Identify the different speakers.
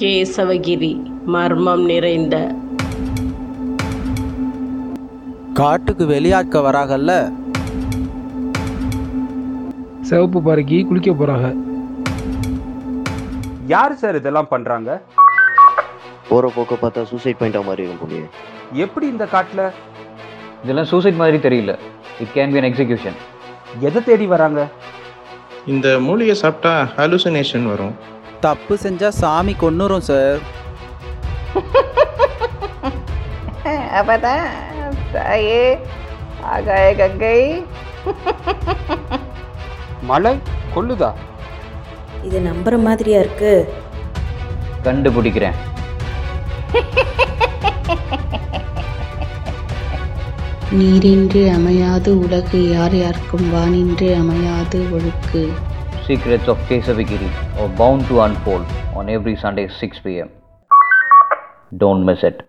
Speaker 1: கேசவகிரி மர்மம் நிறைந்த
Speaker 2: காட்டுக்கு வெளியாட்க வராங்கல்ல
Speaker 3: சிவப்பு பாறைக்கு குளிக்க போகிறாங்க
Speaker 4: யார் சார் இதெல்லாம் பண்றாங்க
Speaker 5: போகிற போக்க பார்த்தா சூசைட் பாயிண்டா மாதிரி இருக்கும் நீ
Speaker 4: எப்படி இந்த காட்டுல
Speaker 6: இதெல்லாம் சூசைட் மாதிரி தெரியல it can be an execution
Speaker 4: எதை தேடி வராங்க
Speaker 7: இந்த மூலிகை சாப்பிட்டா ஹாலுசினேஷன் வரும்
Speaker 2: தப்பு செஞ்சா சாமி கொன்னுரும் சார்
Speaker 8: அப்பதான் தாயே ஆகாய கங்கை
Speaker 4: மழை கொள்ளுதா
Speaker 9: இது நம்புற மாதிரியா இருக்கு
Speaker 6: கண்டுபிடிக்கிறேன்
Speaker 10: நீரின்றி அமையாது உலகு யார் யார்க்கும் வானின்றி அமையாது ஒழுக்கு
Speaker 6: secrets of Kesavagiri or bound to unfold on every sunday 6 pm don't miss it